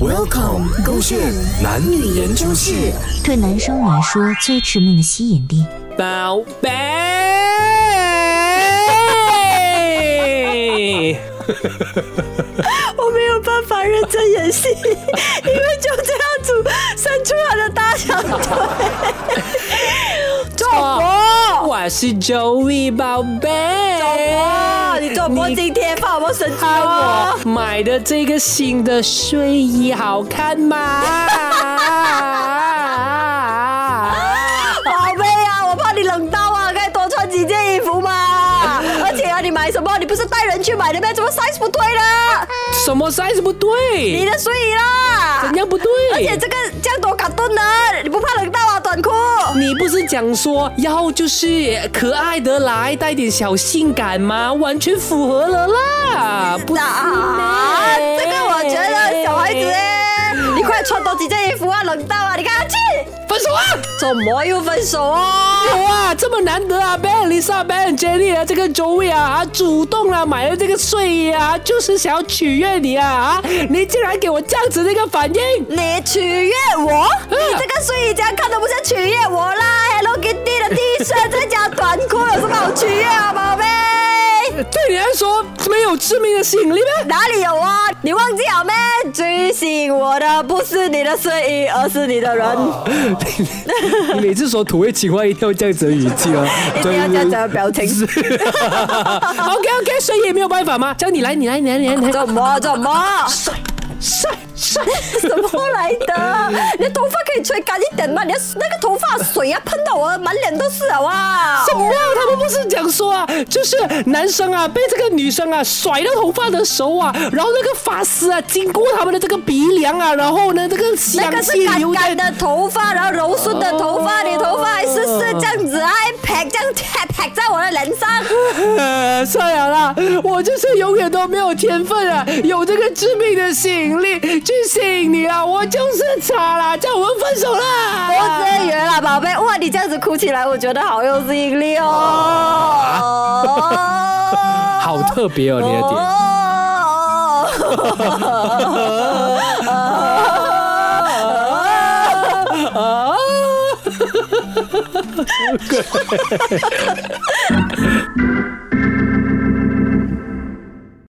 Welcome，勾线男女研究室。对男生来说最致命的吸引力，宝贝。 我没有办法认真 演戏，因为就这样子伸出来的大长 腿。做博，我是 Joey 宝贝。哇，你 做博今天放我神经看哦！我买的这个新的睡衣好看 吗？宝贝啊，我怕你冷到啊，该多穿几件衣服 嘛。而且啊，你买什么？你不是带人去买的吗？怎么 size 不对 呢？什么 size 不你对？的睡衣啦，怎样不对？而且这个这样多感动呢，你不怕冷到啊？短裤。你不是讲说要就是可爱的来，带点小性感吗？完全符合了啦，不是啊，这个我觉得小孩子 呢，你快穿多几件衣服啊，冷到啊！你看，去，分手啊！怎么又分手啊？有啊，这么难得啊，Ben、Lisa、Ben、Jenny 啊，这个 Joey 啊，啊主动啊买了这个睡衣啊，就是想要取悦你啊啊！你竟然给我这样子的一个反应，你取悦我？你这个睡衣这样看都不像取悦我啦！Hello Kitty 的 T 恤再加短裤有什么好取悦啊，宝贝？对你来说没有致命的吸引力吗？哪里有啊？你忘记了咩？最吸引我的不是你的睡衣，而是你的人。你每次说土味情话一定要这样子的语 气啊，一定要这样子的啊 表情。 OK OK，睡衣也没有办法吗？叫你来，你来，你来，你来，你来，怎么怎么？帅帅。啊 什么来的？你的头发可以吹干一点吗？你的那个头发水啊，喷到我满脸都是好啊！怎么啊？他们不是讲说啊，就是男生啊被这个女生啊甩到头发的时候啊，然后那个发丝啊经过他们的这个鼻梁啊，然后呢这个那香个是气干留在干 的头发，然后柔顺的头发，哦你头发还是是这样子啊，还拍这样拍拍在我的脸上。呃，算了啦，我就是永远都没有天分啊，有这个致命的吸引力去吸引你啊，我就是差啦，叫我们分手啦！我真圆了，宝贝。哇，你这样子哭起来，我觉得好有吸引力哦。好特别哦，你的点。哦。